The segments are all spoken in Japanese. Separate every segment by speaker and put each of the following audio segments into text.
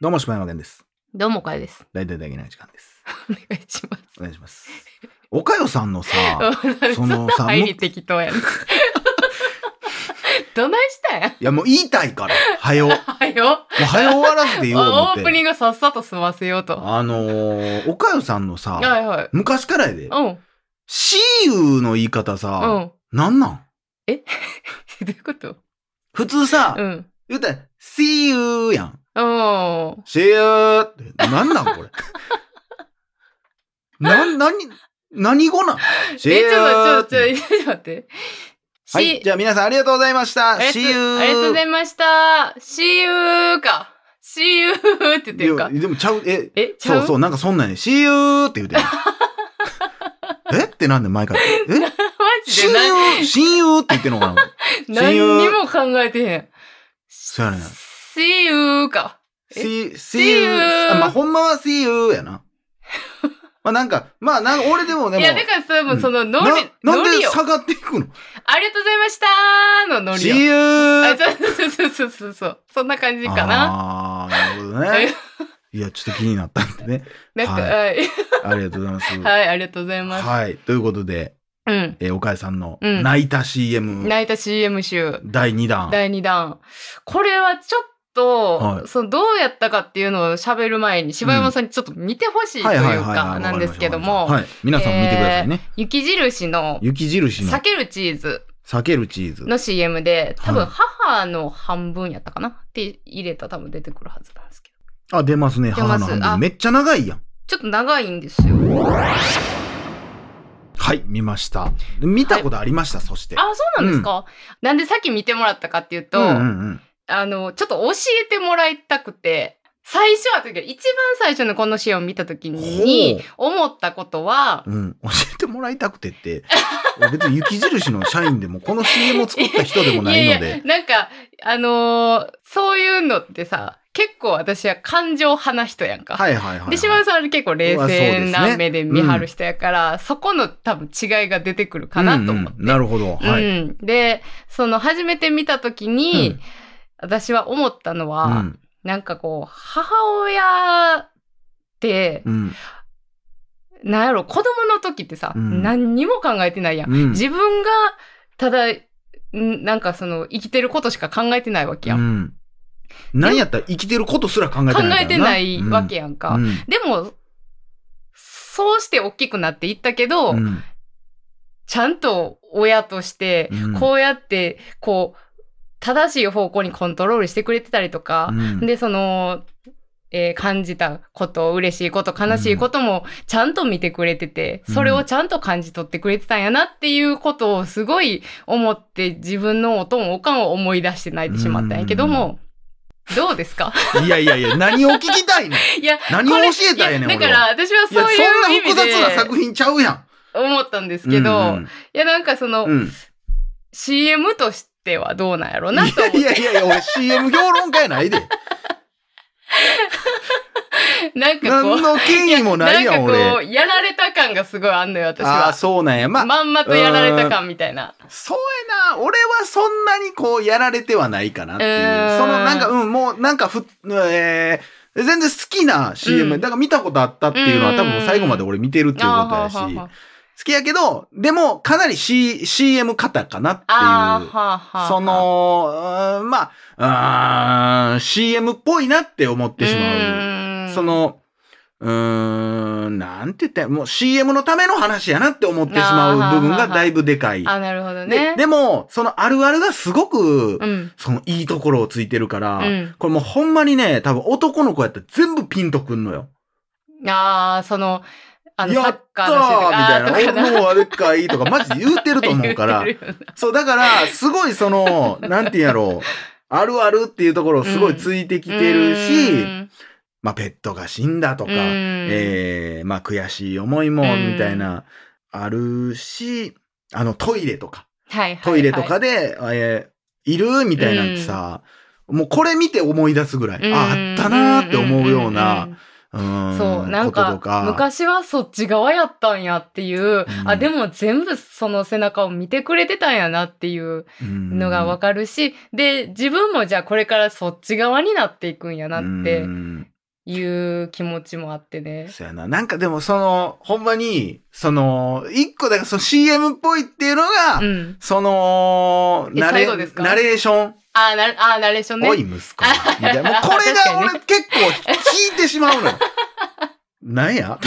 Speaker 1: どうも、島山健です。
Speaker 2: どうもかよです。
Speaker 1: 大体大げない時間です。
Speaker 2: お願いし ます。
Speaker 1: お願いします。岡代さん のさ、そのさ、も
Speaker 2: 入り
Speaker 1: い
Speaker 2: 適当やね。どないしたんや
Speaker 1: やもう言いたいから、はよ。もう
Speaker 2: はよ。
Speaker 1: はよ終わらせて言おう思
Speaker 2: あ
Speaker 1: っ
Speaker 2: オープニ
Speaker 1: て。
Speaker 2: ングさっさと済ませようと。は
Speaker 1: あのー、岡代さんの
Speaker 2: い
Speaker 1: さ、
Speaker 2: はい。
Speaker 1: 昔からやで、
Speaker 2: うん。うん。
Speaker 1: シーの言い方さ、
Speaker 2: ど
Speaker 1: なんなん
Speaker 2: ういうこと
Speaker 1: 普通さ
Speaker 2: う、ん。
Speaker 1: 言うたら、See you やん。
Speaker 2: うん。
Speaker 1: シーって、なんなんこれ。 な、なに、何語なんシ
Speaker 2: え、ちょ
Speaker 1: ー
Speaker 2: っと、ちょ、ちょ、ちょっと待って。
Speaker 1: は
Speaker 2: し
Speaker 1: い、じゃあ皆さんありがとうございました。
Speaker 2: ありがとう
Speaker 1: See you!
Speaker 2: ありがとうございました。See you か。See you って言ってるか
Speaker 1: い。やでもちゃう、え、
Speaker 2: え、ちゃ
Speaker 1: そう
Speaker 2: う
Speaker 1: そう、なんかそんなんやね。See you! って言うてんの えってなんで前から。え
Speaker 2: マジでな
Speaker 1: ?See you! 親友って言ってんのかな See
Speaker 2: 何
Speaker 1: you
Speaker 2: にも考えてへん。
Speaker 1: そう やねん
Speaker 2: See you か。え
Speaker 1: ?See,
Speaker 2: See
Speaker 1: see
Speaker 2: you
Speaker 1: you! あまあ、ほんまは See you! やな。まあなんか、まあなんか俺でもで
Speaker 2: い
Speaker 1: も、
Speaker 2: や、だからそれもそのノ
Speaker 1: な
Speaker 2: リ、
Speaker 1: な
Speaker 2: ノ
Speaker 1: ん
Speaker 2: リ
Speaker 1: で
Speaker 2: よ。
Speaker 1: 下がっていくの
Speaker 2: ありがとうございましたーのノリ
Speaker 1: ?See
Speaker 2: よ。
Speaker 1: you!
Speaker 2: あ そうそうそうそうそう。そんな感じかな。
Speaker 1: ああー、なるほど ね。いや、ちょっと気になったんでね。
Speaker 2: なんか、
Speaker 1: は
Speaker 2: はい、
Speaker 1: ありがとうございます。
Speaker 2: はい、ありがとうございます。
Speaker 1: はい。ということで、
Speaker 2: うん。
Speaker 1: えー、岡井さんの
Speaker 2: うん
Speaker 1: 泣いた CM
Speaker 2: 泣いた CM 集、
Speaker 1: 第2弾。
Speaker 2: 第2弾。これはちょっと、
Speaker 1: はい
Speaker 2: そのどうやったかっていうのを喋る前に、柴山さんにちょっと見てほしいと
Speaker 1: はいいはいはいうはい
Speaker 2: か、なんですけども、
Speaker 1: はい。皆さんも見てくださいね。
Speaker 2: 雪印の、
Speaker 1: 雪印の
Speaker 2: 避けるチーズ
Speaker 1: 避けるチーズ。
Speaker 2: の CM で、多
Speaker 1: は
Speaker 2: 分
Speaker 1: い
Speaker 2: 母の半分やったかなって入れたら多分出てくるはずなんですけど。
Speaker 1: あ、出ますね。
Speaker 2: 出ま
Speaker 1: 母
Speaker 2: す
Speaker 1: の半分
Speaker 2: あ
Speaker 1: めっちゃ長いやん。
Speaker 2: ちょっと長いんですよ。
Speaker 1: はい、見ました。で見たことありました、そして。
Speaker 2: あ、そうなんですか、なんでさっき見てもらったかっていうと、
Speaker 1: うんうんうん。
Speaker 2: あの、ちょっと教えてもらいたくて、最初はというか、一番最初のこのシーンを見たときに、思ったことは、
Speaker 1: うん、教えてもらいたくてって、 俺別に雪印の社員でも、この CM を作った人でもないので、
Speaker 2: やいや、なんか、あのーそういうのってさ、結構私は感情派な人やんか。
Speaker 1: はいはいはい、はい。
Speaker 2: で、島田さんは結構冷静
Speaker 1: うわそうです
Speaker 2: な
Speaker 1: ね
Speaker 2: 目で見張る人やから、そこの多分違いが出てくるかなと思って。
Speaker 1: うんうんなるほど。はい。
Speaker 2: うん、でその初めて見た時に、
Speaker 1: うん
Speaker 2: 私は思ったのは、
Speaker 1: うん
Speaker 2: なんかこう母親って、
Speaker 1: うん
Speaker 2: なんやろ子供の時ってさ、
Speaker 1: うん
Speaker 2: 何にも考えてないやん。
Speaker 1: うん
Speaker 2: 自分がただんなんかその生きてることしか考えてないわけやん。
Speaker 1: うん。何やったら生きてることすら考えてない
Speaker 2: 考
Speaker 1: からな。
Speaker 2: えてないわけやんか。
Speaker 1: うん
Speaker 2: でもそうして大きくなっていったけど、
Speaker 1: うんうん
Speaker 2: ちゃんと親として、
Speaker 1: うん
Speaker 2: こうやって、こう、正しい方向にコントロールしてくれてたりとか、
Speaker 1: うん
Speaker 2: で、その、えー感じたこと、嬉しいこと、悲しいこともちゃんと見てくれてて、
Speaker 1: うん
Speaker 2: それをちゃんと感じ取ってくれてたんやなっていうことをすごい思って、自分のおとんおかんを思い出して泣いてしまったんやけども、どうですか
Speaker 1: いやいやいや、何を聞きたいの
Speaker 2: いや、
Speaker 1: 何を教えたんやねん、
Speaker 2: これい
Speaker 1: 俺
Speaker 2: だから
Speaker 1: は。
Speaker 2: 私はそ
Speaker 1: いや、
Speaker 2: ういう意
Speaker 1: そんな
Speaker 2: 味
Speaker 1: 複雑な
Speaker 2: で
Speaker 1: 作品ちゃうやん。
Speaker 2: 思ったんですけど、
Speaker 1: うん
Speaker 2: いや、なんかその、
Speaker 1: うんうん
Speaker 2: CM としてはどうなんやろうなと思っ
Speaker 1: い
Speaker 2: て。
Speaker 1: やいやいや、俺 CM 評論家やないで。
Speaker 2: なんかこ
Speaker 1: 何
Speaker 2: う。
Speaker 1: の権威もないやん、
Speaker 2: なんかこ
Speaker 1: 俺。
Speaker 2: う、やられた感がすごいあんのよ、私
Speaker 1: ああ、
Speaker 2: は。
Speaker 1: そうなんや。まあ、
Speaker 2: まんまとやられた感みたいな。
Speaker 1: そうやな。俺はそんなにこう、やられてはないかなって
Speaker 2: う
Speaker 1: い
Speaker 2: ー
Speaker 1: う。
Speaker 2: ん
Speaker 1: その、なんか、うん、もう、なんかふ、えー全然好きな CM、
Speaker 2: うん
Speaker 1: だから見たことあったっていうのは
Speaker 2: うん
Speaker 1: 多分最後まで俺見てるっていうこと
Speaker 2: あ
Speaker 1: や
Speaker 2: ー
Speaker 1: し、
Speaker 2: はーはーはー
Speaker 1: 好きやけど、でもかなり、C、CM 型かなって
Speaker 2: あー
Speaker 1: いう。
Speaker 2: はーはー
Speaker 1: その、うーんまあ、うーん CM っぽいなって思ってしまう。
Speaker 2: ーん
Speaker 1: その、うーん、なんて言ったらいいもう CM のための話やなって思ってしまう部分がだいぶでかい。
Speaker 2: あ、なるほど
Speaker 1: で
Speaker 2: ね。
Speaker 1: でも、そのあるあるがすごく、
Speaker 2: うん。
Speaker 1: そのいいところをついてるから、
Speaker 2: うん
Speaker 1: これもうほんまにね、多分男の子やったら全部ピンとくんのよ。
Speaker 2: ああ、その、あの、
Speaker 1: や
Speaker 2: サ
Speaker 1: っ
Speaker 2: ッ
Speaker 1: た
Speaker 2: カーの人とか、あ
Speaker 1: ーみ
Speaker 2: ー
Speaker 1: たい
Speaker 2: と
Speaker 1: な。
Speaker 2: か
Speaker 1: 俺もうあれかいとか、マジで言うてると思うか ら
Speaker 2: 言。てるよな
Speaker 1: そう、だから、すごいその、 なんて言うんやろう。あるあるっていうところをすごいついてきてるし、まあペットが死んだと
Speaker 2: う
Speaker 1: か、
Speaker 2: ーん
Speaker 1: えー、まあ悔しい思いも、みたいな、あるし、あのトイレとか。
Speaker 2: はいはいはい
Speaker 1: トイレとかで、えーいるみたいなんてさ、もうこれ見て思い出すぐらい、
Speaker 2: うん
Speaker 1: ああったなーって思うような、うん
Speaker 2: そう、なん
Speaker 1: こと
Speaker 2: か
Speaker 1: とか
Speaker 2: 昔はそっち側やったんやっていう、
Speaker 1: うん
Speaker 2: あ、でも全部その背中を見てくれてたんやなっていうのがわかるし、で、自分もじゃあこれからそっち側になっていくんやなって
Speaker 1: うん
Speaker 2: いう気持ちもあってね。
Speaker 1: そうやな。なんかでもその、ほんまに、その、一個だからその CM っぽいっていうのが、
Speaker 2: うん。
Speaker 1: その、
Speaker 2: え
Speaker 1: ナ
Speaker 2: 最
Speaker 1: レ
Speaker 2: 後ですか
Speaker 1: ナレーション、
Speaker 2: あー、な、あーナレーションね。
Speaker 1: おい息子、みたいな。もうこれ
Speaker 2: 確
Speaker 1: が
Speaker 2: かにね
Speaker 1: 俺結構引いてしまうのよ。なんや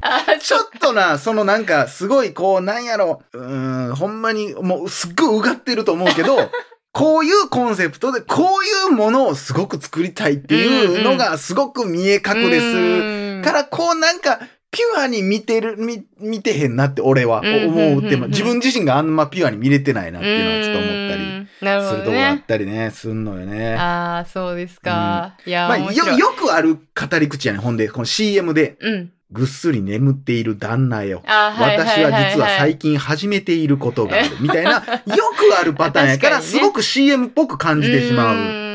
Speaker 2: あー
Speaker 1: ちょっとな、そのなんか、すごいこう、なんやろ、うーん、ほんまに、もうすっごいうがってると思うけ ど、こういうコンセプトで、こういうものをすごく作りたいっていうのが、すごく見え隠れする。
Speaker 2: うん
Speaker 1: からこうなんかピュアに見てる見見てへんなって俺は
Speaker 2: うんうん
Speaker 1: 思うって
Speaker 2: うんうん
Speaker 1: 自分自身があんまピュアに見れてないなっていうのはちょっと思ったり
Speaker 2: うんなるほ
Speaker 1: すると
Speaker 2: ど
Speaker 1: こあっ
Speaker 2: ね。
Speaker 1: たりねすんのよね。
Speaker 2: ああ、そうですか。いやー、
Speaker 1: まあ、
Speaker 2: 面
Speaker 1: よ
Speaker 2: 白い
Speaker 1: よくある語り口やねほんでこの CM で
Speaker 2: うん。
Speaker 1: 「ぐっすり眠っている旦那よ」
Speaker 2: あーはい
Speaker 1: 私は実は
Speaker 2: はい
Speaker 1: 最近始めていることがある みたいな、よくあるパターンやから、
Speaker 2: 確かにね
Speaker 1: すごく CM っぽく感じてしまう。
Speaker 2: ん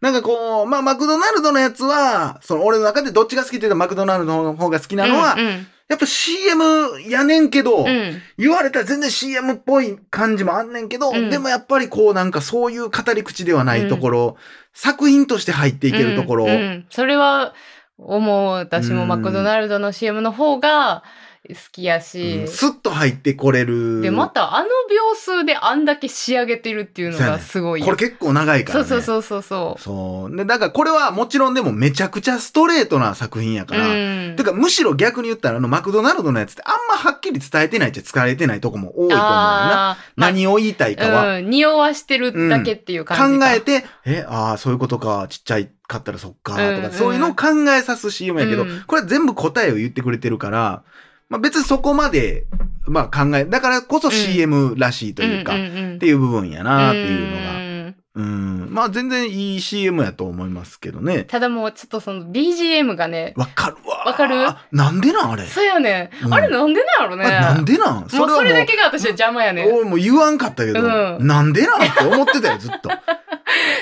Speaker 1: なんかこう、まあ、マクドナルドのやつは、その俺の中でどっちが好きって言ったらマクドナルドの方が好きなのは、
Speaker 2: うんうん
Speaker 1: やっぱ CM やねんけど、
Speaker 2: うん
Speaker 1: 言われたら全然 CM っぽい感じもあんねんけど、
Speaker 2: うん
Speaker 1: でもやっぱりこうなんかそういう語り口ではないところ、作品として入っていけるところ、
Speaker 2: うんうんそれは思う私もマクドナルドの CM の方が好きやし、
Speaker 1: うんスッと入ってこれる。
Speaker 2: でまたあの秒数であんだけ仕上げてるっていうの
Speaker 1: そうや
Speaker 2: が
Speaker 1: ね
Speaker 2: すごいよ
Speaker 1: これ結構長いから、
Speaker 2: そう
Speaker 1: ね。
Speaker 2: そうそうそうそ
Speaker 1: そう。で、だからこれはもちろんでもめちゃくちゃストレートな作品や
Speaker 2: う
Speaker 1: から、
Speaker 2: うん
Speaker 1: てかむしろ逆に言ったらあのマクドナルドのやつってあんまはっきり伝えてないっちゃ伝えてないとこも多いと思うよな。
Speaker 2: あーまあ
Speaker 1: 何を言いたいかは。
Speaker 2: うん、匂わしてるだけっていう
Speaker 1: 考
Speaker 2: 感じか、
Speaker 1: えて、え、ああ、そういうことか、ちっちゃいかったらそっか、とか、
Speaker 2: うんうん
Speaker 1: そういうのを考えさす CM やけど、
Speaker 2: うん
Speaker 1: これは全部答えを言ってくれてるから、まあ別にそこまで、まあ考え、だからこそ CM らしいというか、
Speaker 2: んんん
Speaker 1: っていう部分やなっていうのが、
Speaker 2: うん
Speaker 1: うん、まあ全然いい CM やと思いますけどね。
Speaker 2: ただもうちょっとその BGM がね
Speaker 1: わかるわ。
Speaker 2: わかる
Speaker 1: なんでなんあれ。
Speaker 2: そうやね、
Speaker 1: うん
Speaker 2: あれなんでなんやろね
Speaker 1: あなんでなん
Speaker 2: もうそれ
Speaker 1: も
Speaker 2: だけが私は邪魔やね
Speaker 1: 俺もう言わんかったけど、
Speaker 2: うん
Speaker 1: なんでなんって思ってたよ、ずっ と。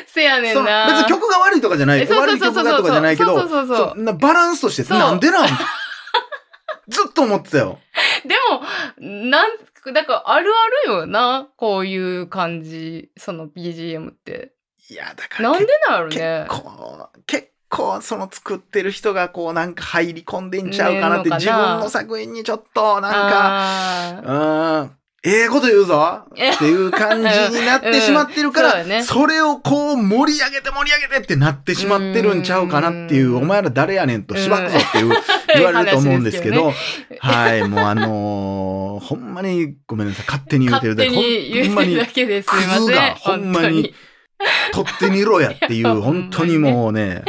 Speaker 2: せやねん
Speaker 1: その
Speaker 2: な
Speaker 1: 別に曲が悪いとかじゃない、
Speaker 2: えそう
Speaker 1: 悪
Speaker 2: そう
Speaker 1: い
Speaker 2: そう
Speaker 1: 曲
Speaker 2: そう
Speaker 1: がとかじゃないけど、
Speaker 2: そうそうそうそう
Speaker 1: そんなバランスとして
Speaker 2: そう
Speaker 1: なんでなん ずっと思ってたよ。
Speaker 2: でも、なん、だからあるあるよな、こういう感じ、その BGM って。
Speaker 1: いや、だから
Speaker 2: なんでなる
Speaker 1: 結
Speaker 2: ね。
Speaker 1: 構、結構その作ってる人がこうなんか入り込んでんちゃうかなって、
Speaker 2: ねえの
Speaker 1: 自
Speaker 2: かな
Speaker 1: 分の作品にちょっとなんか、う
Speaker 2: か、
Speaker 1: ーん。ええこと言うぞっていう感じになってしまってるか
Speaker 2: うんそ
Speaker 1: ら、
Speaker 2: うだね
Speaker 1: それをこう盛り上げて盛り上げてってなってしまってるんちゃうかなっていう、
Speaker 2: うん
Speaker 1: お前ら誰やねんとしばくぞっていう
Speaker 2: うん
Speaker 1: 言われると思うんですけ
Speaker 2: い
Speaker 1: ど、はい、もうあのーほんまにごめんなさい、勝手に言うてる
Speaker 2: 勝
Speaker 1: だ
Speaker 2: 手
Speaker 1: け、
Speaker 2: に
Speaker 1: ほん
Speaker 2: 言
Speaker 1: ま
Speaker 2: うて
Speaker 1: に
Speaker 2: るだけですいま
Speaker 1: クズ
Speaker 2: せ
Speaker 1: が
Speaker 2: ん。
Speaker 1: ほんまに
Speaker 2: 本当
Speaker 1: 取ってみろやってい
Speaker 2: いや
Speaker 1: う、本当にもうね、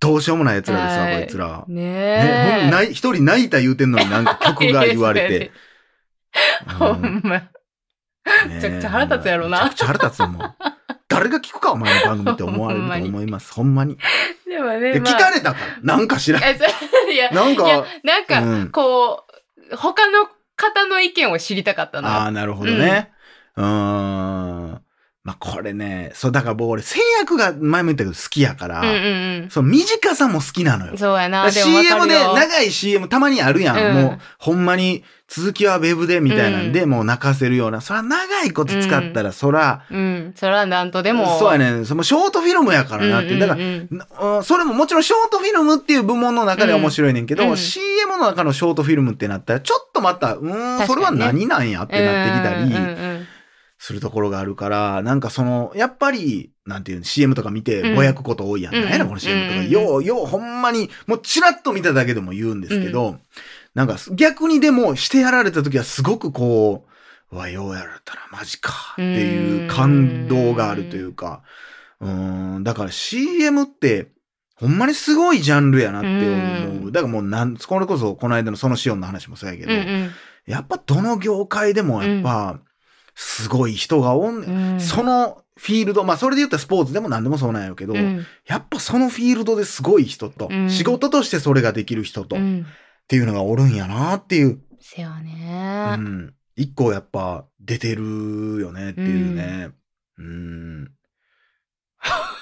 Speaker 1: どうしようもない奴らですわ、
Speaker 2: はい
Speaker 1: こいつら。
Speaker 2: に。ね
Speaker 1: ね、ほ
Speaker 2: え。
Speaker 1: んない一人泣いた言うてんのになんか曲が言われ て。。
Speaker 2: ほ
Speaker 1: うん
Speaker 2: んま。
Speaker 1: め
Speaker 2: ちゃくちゃ腹立つやろな
Speaker 1: めちゃくちゃ腹立つよもう。誰が聞くか、お前の番組って思われると思います。ほん まに。
Speaker 2: でもね、
Speaker 1: で、聞
Speaker 2: まあ
Speaker 1: かれたから、なんか知らん。
Speaker 2: えそういや、
Speaker 1: なん
Speaker 2: いや
Speaker 1: か、、
Speaker 2: なん
Speaker 1: う
Speaker 2: か、
Speaker 1: ん、
Speaker 2: こう、他の方の意見を知りたかった
Speaker 1: あ
Speaker 2: な。
Speaker 1: あ、なるほどね。うーん。まあ、これね、そう、だから僕、俺、制約が前も言ったけど好きやから、
Speaker 2: うんうん
Speaker 1: そう、短さも好きなのよ
Speaker 2: うん。。そうやな。でもわか
Speaker 1: CM
Speaker 2: る
Speaker 1: で、
Speaker 2: よ
Speaker 1: 長い CM たまにあるやん。
Speaker 2: うん
Speaker 1: もう、ほんまに、続きはウェブでみたいなんで、もう泣かせるような。そら、長いこと使ったら、そら、
Speaker 2: うん、それはなんとでも。
Speaker 1: そうやねん。そのショートフィルムやからなって。だから
Speaker 2: うん、うん
Speaker 1: なうんそれももちろんショートフィルムっていう部門の中では面白いねんけど、
Speaker 2: うんうん
Speaker 1: CM の中のショートフィルムってなったらちょっとまたうーん
Speaker 2: 確かにね
Speaker 1: それは何なんやってなってき
Speaker 2: うん
Speaker 1: たり
Speaker 2: うんうん
Speaker 1: するところがあるからなんかそのやっぱりなんていうの CM とか見て
Speaker 2: うん
Speaker 1: ぼやくこと多いやん、
Speaker 2: うん
Speaker 1: なんやねんこの CM とか、
Speaker 2: うん
Speaker 1: ようようほんまにもうチラッと見ただけでも言うんですけど、なんか逆にでもしてやられた時はすごくこううわようやられたらマジかっていう感動があるというか。うーん、だから CM って、ほんまにすごいジャンルやなって思う。
Speaker 2: う
Speaker 1: だからもうなん、これこそこの間のそのシオンの話もそうやけど、
Speaker 2: うん
Speaker 1: やっぱどの業界でもやっぱ、すごい人がおんね、
Speaker 2: うんんうん
Speaker 1: そのフィールド、まあそれで言ったらスポーツでも何でもそうなんやけど、
Speaker 2: うん
Speaker 1: やっぱそのフィールドですごい人と、
Speaker 2: うん
Speaker 1: 仕事としてそれができる人と、
Speaker 2: う
Speaker 1: っ
Speaker 2: ん
Speaker 1: ていうのがおるんやなっていう、
Speaker 2: せや
Speaker 1: う
Speaker 2: ね。
Speaker 1: ん、一個やっぱ出てるよねっていうね。うん。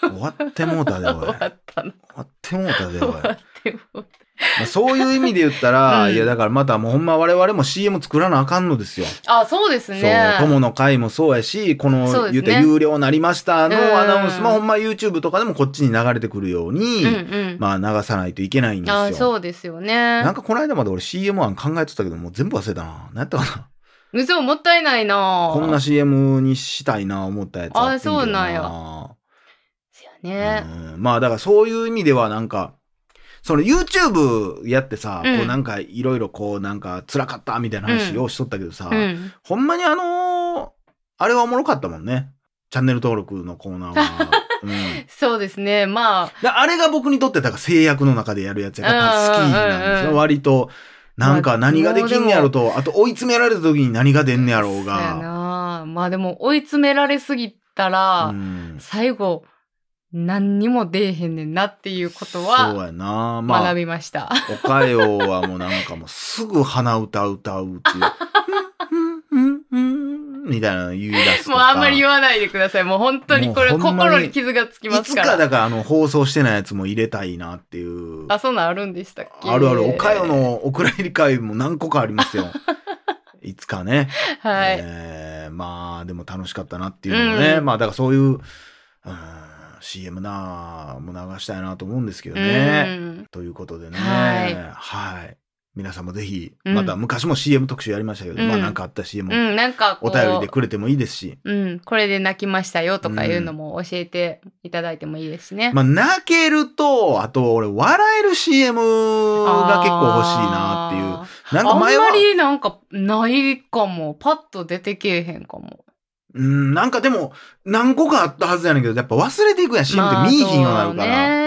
Speaker 1: 終わってもうたで、おい。
Speaker 2: 終わったな。
Speaker 1: あってもうたで、おい
Speaker 2: 終わってもうた
Speaker 1: まあそういう意味で言ったら、
Speaker 2: うん
Speaker 1: いやだからまたもうほんま我々も CM 作らなあかんのですよ。
Speaker 2: あ、そうです
Speaker 1: そう
Speaker 2: ね。、
Speaker 1: 友の会もそうやし、こ
Speaker 2: そう
Speaker 1: の
Speaker 2: です
Speaker 1: 言
Speaker 2: ね
Speaker 1: うて有料になりました
Speaker 2: うん
Speaker 1: のアナウンスもほんま YouTube とかでもこっちに流れてくるように、
Speaker 2: うんうん。
Speaker 1: まあ流さないといけないんですよ。
Speaker 2: あ、そうですよね
Speaker 1: な。んかこの間まで俺 CM 案考えてたけど、もう全部忘れたな。何やったかな。
Speaker 2: 嘘もったいないな
Speaker 1: こんな CM にしたいな思ったやつあってけど
Speaker 2: あそうなんやですよね。
Speaker 1: うんまあだからそういう意味ではなんか、その YouTube やってさ、
Speaker 2: うん
Speaker 1: こうなんかいろいろこうなんか辛かったみたいな話をしとったけどさ、
Speaker 2: うん。
Speaker 1: ほんまにあのーあれはおもろかったもんね。チャンネル登録のコーナー は。うん、
Speaker 2: そうですね。ま
Speaker 1: だあれが僕にとってだから制約の中でやるやつやから好きなんです
Speaker 2: うんうんうんう
Speaker 1: よ。
Speaker 2: ん
Speaker 1: 割と、なんか何ができんねやろと、あと追い詰められた時に何が出んねや
Speaker 2: あ、
Speaker 1: ろう
Speaker 2: そうや
Speaker 1: が。
Speaker 2: なまあでも追い詰められすぎたら、
Speaker 1: うん
Speaker 2: 最後、何にも出えへんねんなっていうこと
Speaker 1: そう
Speaker 2: は
Speaker 1: やなまあ
Speaker 2: 学びました。
Speaker 1: おかよはもうなんかもうすぐ鼻歌歌うっていう。うんうんうんうんみたいなの言い出すとか。
Speaker 2: もうあんまり言わないでください。もう本当にこれ
Speaker 1: もうほんまに
Speaker 2: 心に傷がつき
Speaker 1: い
Speaker 2: ます
Speaker 1: つ
Speaker 2: か。
Speaker 1: からだからあの放送してないやつも入れたいなっていう。
Speaker 2: あ、そんなんあるんでしたっけ
Speaker 1: あるある、おかよ。のお蔵入り会も何個かあります よ。いつかね。
Speaker 2: はい。
Speaker 1: えーまあでも楽しかったなっていうのもね、
Speaker 2: うん
Speaker 1: まあだからそういう、うん、CM なあもう流したいなと思うんですけどね。
Speaker 2: うん
Speaker 1: ということでね、
Speaker 2: はい
Speaker 1: はい皆さんもぜひ、
Speaker 2: うん
Speaker 1: また昔も CM 特集やりましたけど、
Speaker 2: うん
Speaker 1: まあなんかあった CM
Speaker 2: うん、なんかこ
Speaker 1: お
Speaker 2: う、
Speaker 1: 便りでくれてもいいですし、
Speaker 2: うん、これで泣きましたよとかいうのも教えていただいてもいいですしね。
Speaker 1: まあ泣けると、あと俺笑える CM が結構欲しいなっていう。
Speaker 2: て
Speaker 1: なんか前
Speaker 2: あんま
Speaker 1: は、
Speaker 2: りなんかないかも。パッと出てけえへんかも。
Speaker 1: うん、なんかでも何個かあったはずやねんけど、やっぱ忘れていくやん、CM って見えひんようになるから。
Speaker 2: まあそうね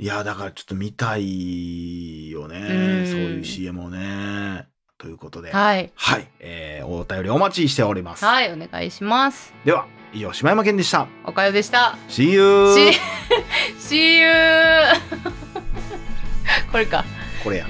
Speaker 1: いや、だからちょっと見たいよね。
Speaker 2: うん
Speaker 1: そういう CM をね。ということで。い。
Speaker 2: はい。
Speaker 1: えーお便りお待ちしております。
Speaker 2: はい、お願いします。
Speaker 1: では、以上、柴山健でした。
Speaker 2: おかよでした。
Speaker 1: See you!
Speaker 2: See, see you! これか。
Speaker 1: これや。